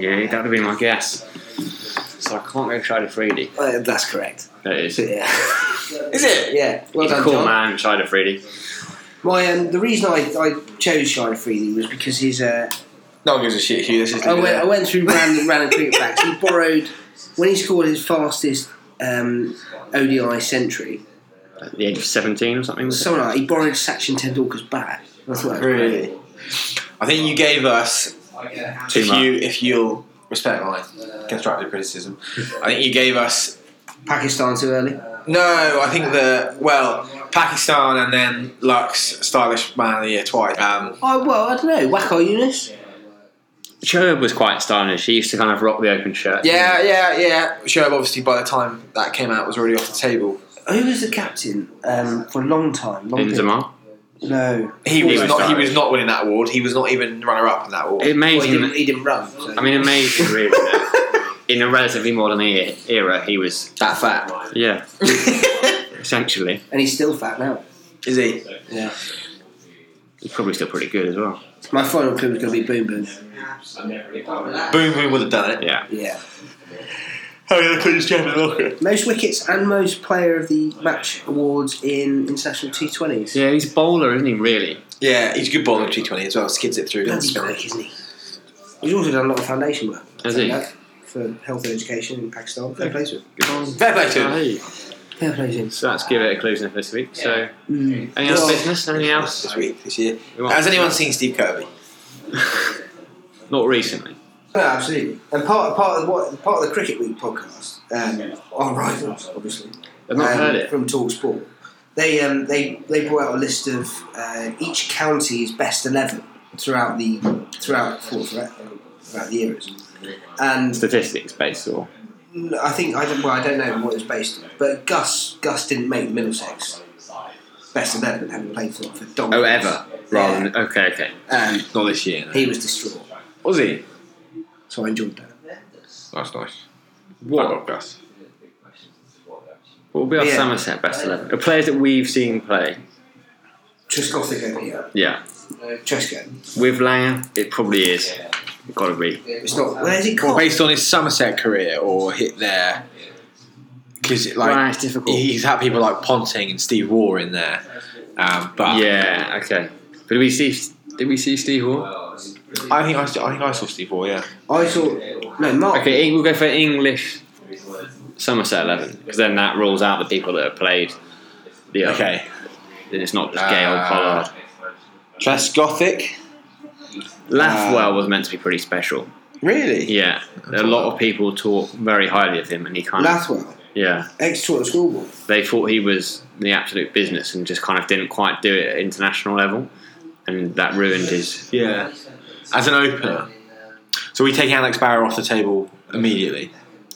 Yeah, that would be my guess. So I can't go Shider Freedy. Uh, that's correct. That is. He's Yeah. Is it? yeah. Well a done, cool John. man, Shider Freedy. My um, the reason I, I chose Shire Freely was because his uh, No one gives a shit, Hugh. This is I Oh, went I went through random random cricket facts. He borrowed when he scored his fastest um, ODI century. At the age of 17 or something. was it? Someone like, he borrowed Sachin Tendulkar's bat. That's what I Really? oh. I think you gave us Too if much. you if you'll respect my constructive criticism. I think you gave us Pakistan too early. no. I think the well Pakistan and then Lux stylish man of the year twice. Um, Oh well, I don't know. Wacko Yunus. Sherb was quite stylish. He used to kind of rock the open shirt. Yeah, yeah, yeah. Sherb, obviously, by the time that came out, was already off the table. Who was the captain um, for a long time? Long period? Benzema. No. He He was was not. He sorry. was not winning that award. He was not even runner up in that award. Well, he, Amazing. didn't, he didn't run. So. I mean, amazing, really. In a relatively modern e- era, he was, that Ah. fat. yeah, essentially. and he's still fat now. Is he? He's probably still pretty good as well. My final clue was going to be Boom Boom. Boom Boom would have done it. Yeah. Yeah. Oh, yeah, please, Jamie Locker. Most wickets and most player of the match awards in international T20s. Yeah, he's bowler, isn't he, really? Yeah, he's a good bowler at T20 as well. Skids it through. doesn't Bloody spin it. quick, isn't he? He's also done a lot of foundation work. Has he? Like, For health and education in Pakistan. Fair play to him. Fair play to him. Hey. Fair play to him. So that's give it a close enough this week. So, Mm. any other Well- business? Anything else? Oh. This week, this year. We want- Has anyone seen Steve Kirby? Not recently. No, absolutely. And part part of what part of the Cricket Week podcast, um, on Rivals, obviously. I've not um, heard it. from Talk Sport. They um, they they brought out a list of uh, each county's best eleven throughout the throughout throughout, throughout the years, and Statistics based or I think I don't well I don't know what it's based on, but Gus Gus didn't make Middlesex best eleven, hadn't played for for donkey. oh ever rather than okay okay Um, Not this year. No. he was distraught, was he so I enjoyed that. That's nice. Fuck what off, Gus. what will be our Yeah. Somerset best Uh, eleven the players that we've seen play Triscothic here, Uh, yeah Tresco. with Langer it probably is It's got to be It's not. Where's it Oh. Well, called? based on his Somerset career or hit there, because like Well, it's difficult he's had people like Ponting and Steve Waugh in there, um, but yeah okay but did we see did we see Steve Hall I think I, I think I saw Steve Waugh. Yeah, I thought no Oh. Mark. okay Eng- we'll go for English Somerset eleven because then that rules out the people that have played the other. okay. then it's not just Gail Uh, Pollard Trescothic, Ah. Laughwell was meant to be pretty special really? yeah a lot of people talk very highly of him and he kind of Lathwell, yeah ex-Taunton schoolboy. they thought he was the absolute business and just kind of didn't quite do it at international level, and that ruined his. Yeah. As an opener, so we take Alex Barrow off the table immediately.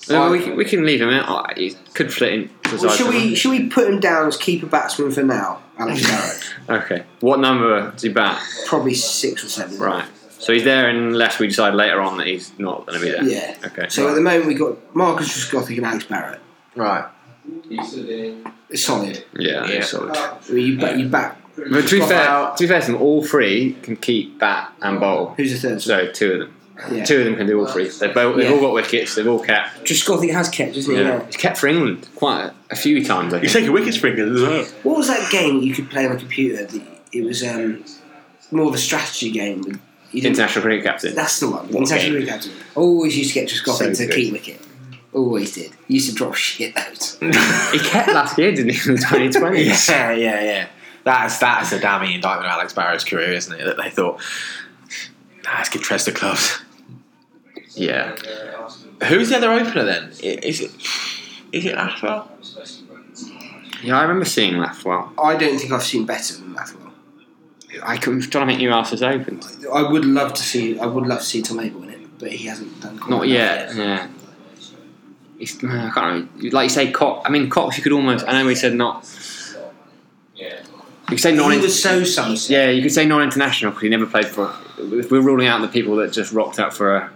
No, we, can- we can leave him out. Oh, He could flit in. Well, should we should we put him down as keeper batsman for now, Alex Barrett? Okay. What number does he bat? Probably six or seven. Right. So he's there unless we decide later on that he's not going to be there. Yeah. Okay. So at the moment we've got Marcus Trescothic and Alex Barrett. Right. It's solid. yeah, Yeah. yeah. solid. I mean, you bat, you bat. But to be fair, to be fair to them, all three can keep bat and bowl. Who's the third? So two of them, Yeah. two of them can do all three. They both, they've Yeah. all got wickets. They've all kept. Trescothic has kept, isn't he? Yeah. He's kept for England quite a, a few times. I think. take a wicket sprinkler as well. What was that game that you could play on a computer? That it was um, more of a strategy game. with- You didn't- International cricket captain. That's the one. What International game? League Captain. Always used to get Trescothic So to key good. wicket. Always did. He used to drop shit out. He kept last year, didn't he, in the 2020s? yeah, yeah, yeah. That's that's a damning indictment of Alex Barrow's career, isn't it? That they thought, nah, let's give Tres the gloves. Yeah. Who's the other opener then? I- Is it is it Ashwell? Yeah, I remember seeing that. Well, I don't think I've seen better than that one. I could, was trying to think who else has opened. I would love to see. I would love to see Tom Abel in it, but he hasn't done. Quite Not enough yet. Yeah. It's, no, I can't remember. Like you say, Cox. I mean, Cox, you could almost. I know we said not. You could say non He was so Somerset. Yeah, you could say non international because he never played for. If we're ruling out the people that just rocked up for a.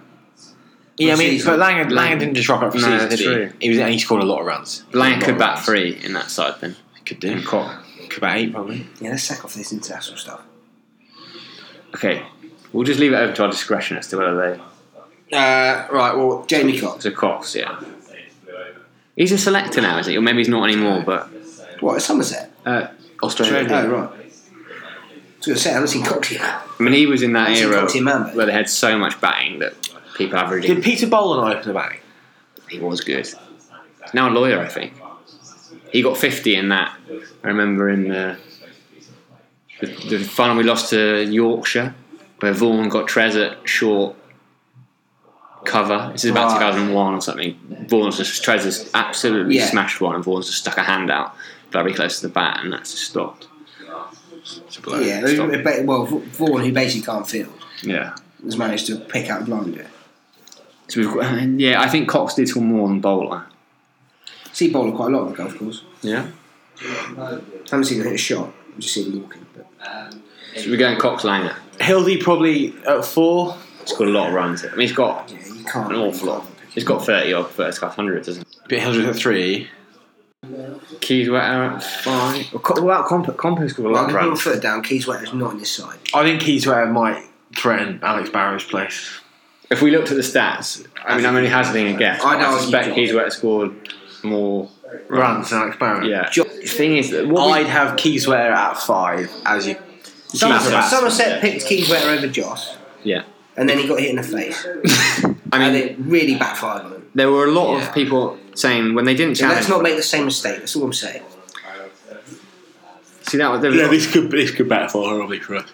Yeah, I mean, Season. but Langer, Langer didn't just rock up for No, season, that's did he? true. He was and he scored a lot of runs. Blank A lot could of bat runs. three in that side then. Could do. And Cox. Could bat eight probably. Yeah, let's sack off this international stuff. Okay. We'll just leave it open to our discretion as to whether Uh, right. Well, Jamie Cox. they. So Cox, yeah. He's a selector now, is he? Or maybe he's not anymore, but. What Somerset? Uh, Australia. Australia. Oh right. I was going to say I haven't seen Cox yet. I mean, he was in that That's a era quality man, mate. where they had so much batting that people averaging. Did Peter Boland open the batting? He was good. Now a lawyer, I think. He got 50 in that. I remember in the, the, the final we lost to Yorkshire, where Vaughan got Trezor short cover. This is about Right. 2001 or something. Vaughan's just, Trezor's absolutely Yeah. smashed one, and Vaughan's just stuck a hand out very close to the bat, and that's just stopped. It's a blow. yeah. stop. it- it- Well, Va- Vaughan, who basically can't field, Yeah. has managed to pick out Blinder. So we've got, yeah, I think Cox did score more than Bowler. See Bowler quite a lot on the golf course. Yeah. haven't seen him hit a shot. I've just seen him walking. But So we're going Cox Langer. Hildy probably at four. He's got a lot of runs. I mean, he's got yeah, you can't. an awful lot. He's got 30 odd first class hundreds, doesn't Bit Hildreth at three. he? Keys were out at five. Well, Co- well Comp- Compo's got a lot Well, of put your runs. foot down. Keys wet is not on his side. I think Keyswear might threaten Alex Barrow's place. If we looked at the stats, I mean, I'm only hazarding a guess. I'd but I argue suspect John. Keys were scored more. Runs than Alex Barrow. Yeah. The thing is, that what we- I'd have Keyswear at five as you. Somerset, Keys- Somerset picked Keyswetter over Joss. Yeah. And then he got hit in the face. I mean, and it really backfired on him. there were a lot Yeah. of people saying when they didn't So challenge. let's not make the same mistake. That's all I'm saying. see that was there was this could this could better for horribly for us.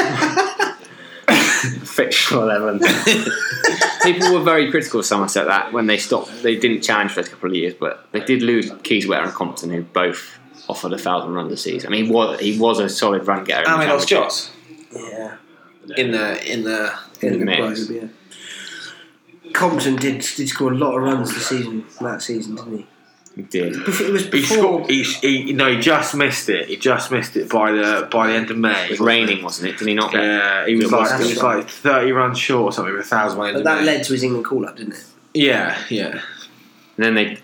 fictional eleven. people were very critical of Somerset that when they stopped, they didn't challenge for a couple of years, but they did lose Keyswear and Compton, who both offered a thousand runs a season. I mean, he was, he was a solid run getter. in the And we lost championship. Joss Yeah. in the in the. In the mix. Brighton, yeah. Compton did, did score a lot of runs this season, that season, didn't he? He did. Bef- It was He before. scored. He, he no, he just missed it. He just missed it by the by the end of May. It was raining, wasn't it? Did he not get? Yeah, he was It was like he was right. like thirty runs short or something with a thousand by the end But of that May. led to his England call up, didn't it? Yeah, yeah. And then they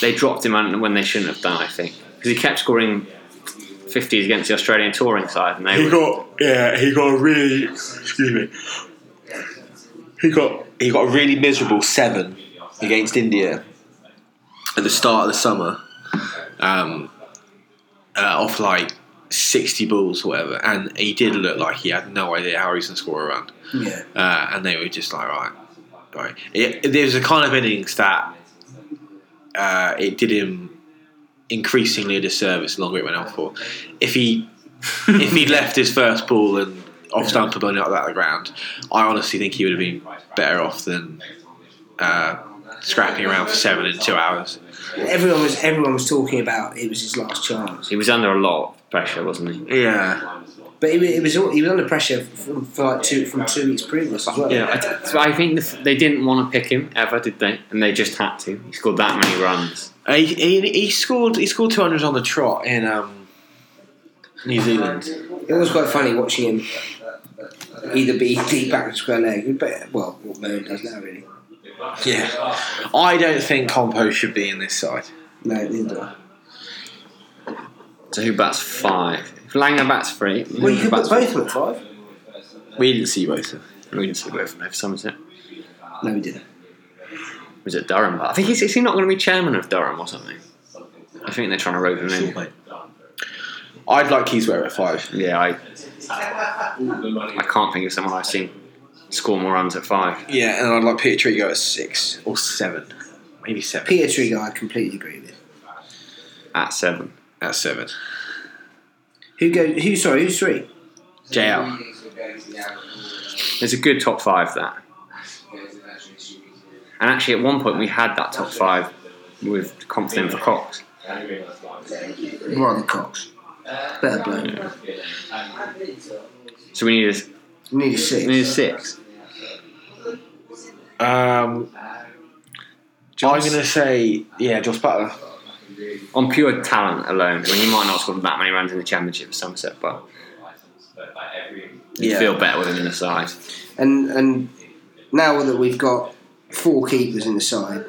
they dropped him on when they shouldn't have done, I think, because he kept scoring fifties against the Australian touring side, and they He were, got yeah, he got a really excuse me. He got he got a really miserable seven against India at the start of the summer, um, uh, off like sixty balls or whatever, and he did look like he had no idea how he was gonna score a run. Yeah. uh, and they were just like, right, right. It, there's a kind of innings that uh, it did him increasingly a disservice the longer it went on for. If he if he'd left his first ball and off stump and blown it out of the ground, I honestly think he would have been better off than uh, scrapping around for seven in two hours. Everyone was everyone was talking about it was his last chance, he was under a lot of pressure, wasn't he? Yeah, Ah. but it, wa- it was all- he was under pressure from for like two from two weeks previous as well. Yeah, I, d- so I think the, they didn't want to pick him ever, did they? And they just had to. He scored that many runs. Uh, he, he, he scored he scored two hundred on the trot in um, New Zealand. It was quite funny watching him either be deep back and square leg, but well, what Merlin does now really. Yeah, I don't think Compo should be in this side. No, neither. So who bats five? If Langer bats three. Well, you Langer could bats put both of them at five. We didn't see both of them. four. We didn't see both from Somerset. No, we didn't. Was it Durham? But I think he's, is he not going to be chairman of Durham or something? I think they're trying to rope him in. I'd like Keyswear at five. Yeah, I, I can't think of someone I've seen score more runs at five. Yeah, and I'd like Peter Trigo at six or seven, maybe seven. Peter Trigo, I completely agree with. At seven, at seven. Who go? Who? Sorry, who's three? JL. It's a good top five that. And actually, at one point we had that top five with Compton for Cox. Rather Cox. Better bloke. So we need a, Nearly we need a six. six. Um, I'm gonna say yeah, Josh Butler. on pure talent alone, I mean, you might not score that many runs in the championship for Somerset, but you Yeah. feel better with him in the side. And and now that we've got four keepers in the side,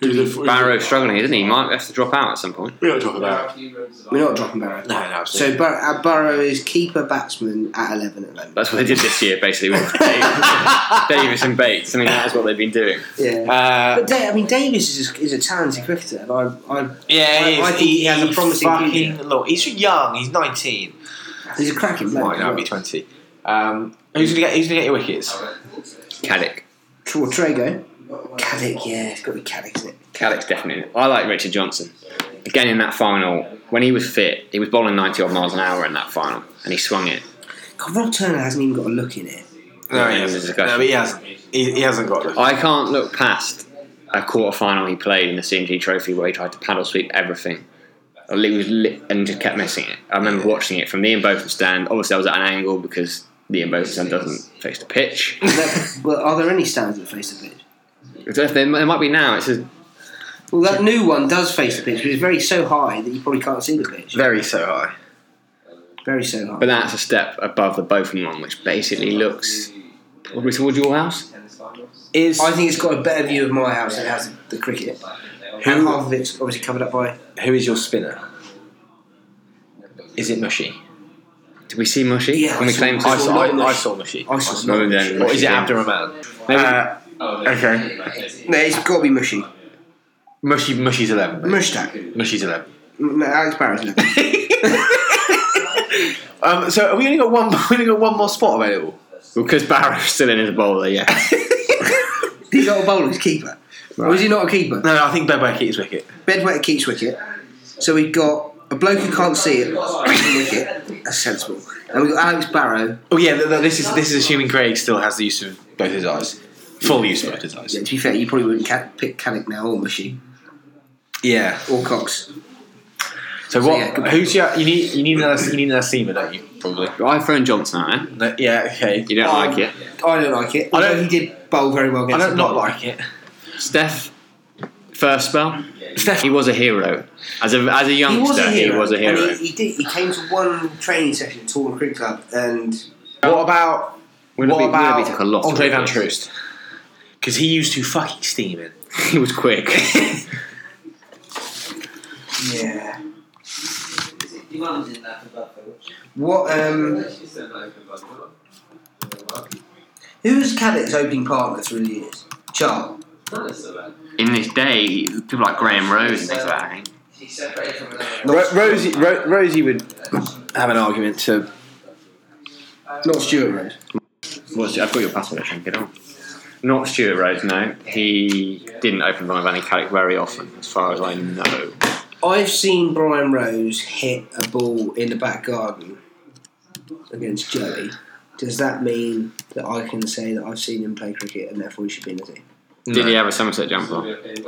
Who's Barrow struggling, isn't he? He might have to drop out at some point. We don't talk about. we're not dropping Barrow. No, no. absolutely. So Bur- uh, Burrow is keeper batsman at eleven at the moment. That's what they did this year, basically, with Dav- Davis and Bates. I mean, that is what they've been doing. Yeah. Uh, But Da- I mean, Davis is a, is a talented cricketer. and I, I, yeah, he, I- I is. think he has a he's promising fucking- future. Look, he's young. He's nineteen. he's a cracking bloke. Might now be twenty. Um, who's gonna get? Who's gonna get your wickets? Caddick. Tra- Trago, Caddick, yeah, it's got to be Caddick, isn't it? Caddick's definitely. I like Richard Johnson. Again, in that final, when he was fit, he was bowling 90 odd miles an hour in that final, and he swung it. God, Rob Turner hasn't even got a look in it. No, Yeah, it's a he hasn't. discussion. No, but he hasn't. He, he hasn't got the. I can't look past a quarter final he played in the CMG Trophy where he tried to paddle sweep everything. He was lit and just kept missing it. I remember watching it from the in both stand. Obviously, I was at an angle because the Mbosan doesn't face the pitch. Is that- well, are there any stands that face the pitch? I don't know if there, there might be now. It's a Well, that new one does face the pitch, but it's very so high that you probably can't see the pitch. very so high, Very so high. but that's a step above the Botham one, which basically looks probably towards your house. Is I think it's got a better view of my house than it has the cricket. And half of it's obviously covered up by. who is your spinner? Is it Mushy? Did we see Mushy Yeah, when I we saw- claimed I to- saw- I saw Mushy. I saw No, no, no, Mushy. no. Or is it Yeah. Abdurrahman? Maybe- Uh, Oh, okay. No, it's got to be Mushy. Mushy, Mushy's 11. mate. Mushtaq. Mushy's 11. No, Alex Barrow's left. Um, so have we only got one we only got one more spot available? because Barrow's still in his bowler. Yeah, He's not a bowler, he's a keeper. Or is he not a keeper? No, I think Bebe keeps wicket. Bedwetter keeps wicket. So we've got a bloke who can't see it keeping wicket. That's sensible. And we've got Alex Barrow. Oh yeah, th- th- this is this is assuming Craig still has the use of both his eyes. Full use of both his eyes. Yeah, to be fair, you probably wouldn't ca- pick Canick now or Mushy Yeah. or Cox. So So, what? yeah, good- who's your? You need you need another you need another seamer, don't you? Probably. I've thrown Johnson out. Eh? No, yeah. Okay. You don't Um, like it, I don't like it. I I don't- know he did bowl very well I against don't the not Bond. like it. Steph? First spell, Steph- He was a hero as a as a He youngster. was a hero. He was a hero. And he, he did. He came to one training session at Taunton Cricket Club, and What about Willoughby- what about Willoughby took a lot Andre of Van wickets. Troost? Because he used to fucking steam it. He was quick. yeah, Your mum's in that for Buffalo. what? Um, who was Caddick's opening partner through the years? Charles. In this day, people like Graham Rose and things like that. I think. She's separated from another. Ro- Rosie Ro- Rosie would have an argument to Not Stuart Rose. What's, I've got your password. I think. Get on. Not Stuart Rose. No, he didn't open Brian Van Caddick very often, as far as I know. I've seen Brian Rose hit a ball in the back garden against Joey. Does that mean that I can say that I've seen him play cricket and therefore he should be in the team? Did he have a Somerset jumper? on?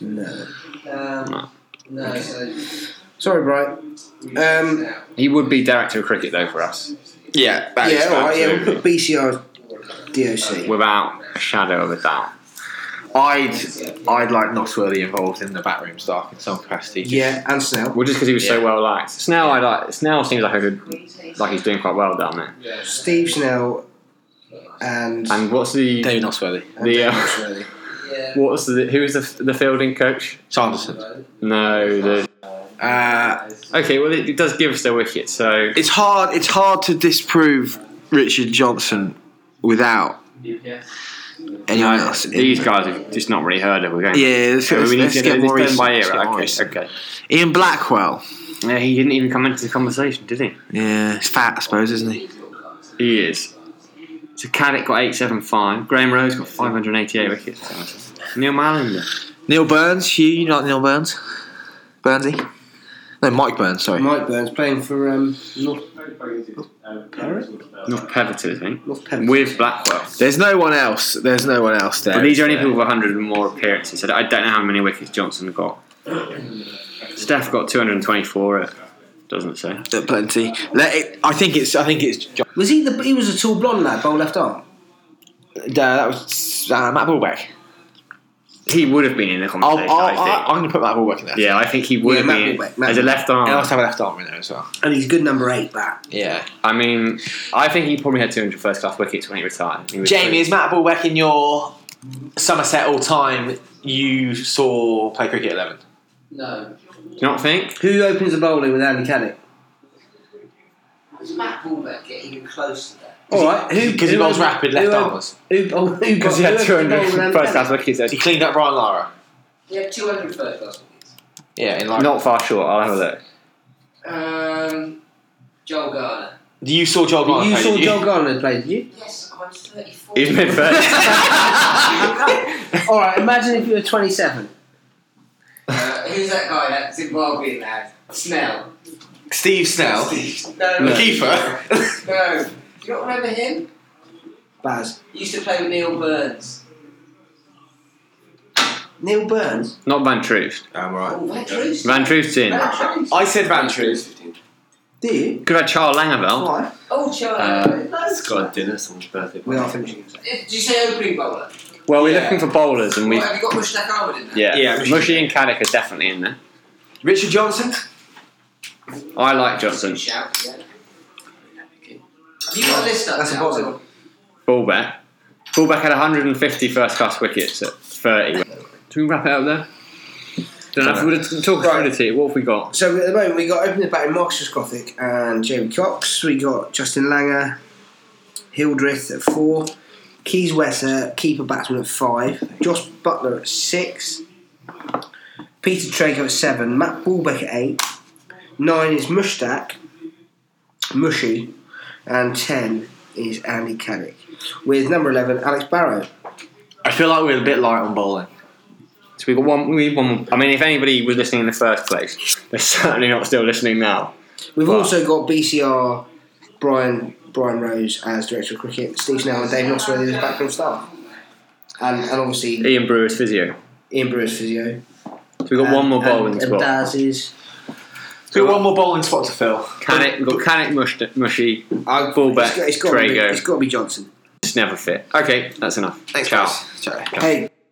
No. Um, no, so. Sorry, Brian. Um, He would be director of cricket though for us, yeah that yeah, is all right, yeah, we'll absolutely. put BCR DOC. without a shadow of a doubt. I'd I'd like Nosworthy involved in the backroom staff in some capacity. Yeah, and Snell. Well, just because he was so Yeah. well liked. Snell, I like. Snell seems like a good, like he's doing quite well down there. Steve Snell and, And what's the David Nosworthy, and the, uh, Dennis Worthy. Yeah. What's the who was the the fielding coach? Sanderson. No, the Uh, okay. Well, it, it does give us the wicket, so it's hard. It's hard to disprove Richard Johnson without anyone else. in these the- guys have just not really heard of. We're going. Yeah, let's, So let's, we need let's to get get more this done recent. by Let's get ear. more Okay, recent. okay. Ian Blackwell. Yeah, he didn't even come into the conversation, did he? Yeah, he's fat, I suppose, isn't he? He is. So Caddick got eight seven five. Graham Rose got five hundred eighty eight wickets. Neil Malinder. Neil Burns. You, you like Neil Burns? Burnsy? No, Mike Burns. Sorry. Mike Burns playing for um, North, North Peverton, I think. North Pembroke. With Blackwell. There's no one else. There's no one else there. But these are only is people with 100 and more appearances. So I don't know how many wickets Johnson got. Steph got 224. It doesn't say. there? plenty. Let it, I think it's. I think it's. Jo- Was he the? He was a tall blonde lad, bowl left arm. Uh, that was uh, Matt Bulbeck. He would have been in the I'll, conversation. I'll, I think. I, am going to put Matt Bulbeck in there. yeah, I think he would Yeah, have Matt been Wilbeck, Matt as a left And I also arm. have a left arm in there as well. And he's good number eight bat. Yeah. I mean, I think he probably had 200 first class wickets when he retired. He was Jamie, pretty- is Matt Bulbeck in your Somerset all time you saw play cricket 11? No. Do you not think? Who opens the bowling with Andy Caddick? Was Matt Hallbeck getting even close to that? All right, who Because he who bowls opened- rapid who left opened- armers. Who, oh, who Because got, he had who opened the 200 bowling with Andy first Caddick? class wickets. He cleaned up Brian Lara. He had 200 first class wickets. Yeah, in like. Not far short. I'll have a look. Um, Joel Garner. You saw Joel Garner. You play, saw didn't Joel Garner play, did you? Yes, I was 34. He's mid first. All right, imagine if you were 27. Uh, who's that guy that Zimbabwean lad? Snell. Steve Snell. Steve. No. No. Keeper. No. Do you not remember him? Baz. He used to play with Neil Burns. Neil Burns. not Van Troost. I'm right. Oh, Van Troost. Van Troost's in. Van Troost. I said Van Troost. Do you? Could have had Charles Langeveld. Why? Oh, Charlie. Uh, It's got a dinner, someone's birthday. We are finishing. Did you say opening bowler? Well, we're Yeah. looking for bowlers, and we What, have you got Mushnak Ahmed in there? yeah, Yeah, Mushy. Mushy and Caddick are definitely in there. Richard Johnson? I like Johnson. Shout, yeah. Have you got a list up That's a now? positive. Fullback. Fullback had 150 first class wickets at 30. Do we wrap it up there? Don't know if we're gonna talk Right. ability. What have we got? So at the moment we got opening batting Marcus Gothic and Jamie Cox. We got Justin Langer, Hildreth at four, Keys Wesser, keeper batsman at five, Josh Butler at six, Peter Trago at seven, Matt Ballbeck at eight, nine is Mushtak, Mushy, and ten is Andy Caddick. With number eleven, Alex Barrow. I feel like we're a bit light on bowling. So we got one. We need one. more. I mean, if anybody was listening in the first place, they're certainly not still listening now. We've Wow. also got BCR Brian Brian Rose as director of cricket, Steve Snell and Dave Nosworthy as backroom staff, and, and obviously Ian Brewer's physio. Ian Brewer's physio. So we got And- one more and- bowling And Um, spot. Daz is So we've got one more bowling spot to fill. Caddick. We've got Caddick, Mush- Mushy, I, Fullback, It's got, it's got to be, Trago. it's got to be Johnson. It's never fit. Okay, that's enough. Thanks, Ciao. guys. Ciao. Hey,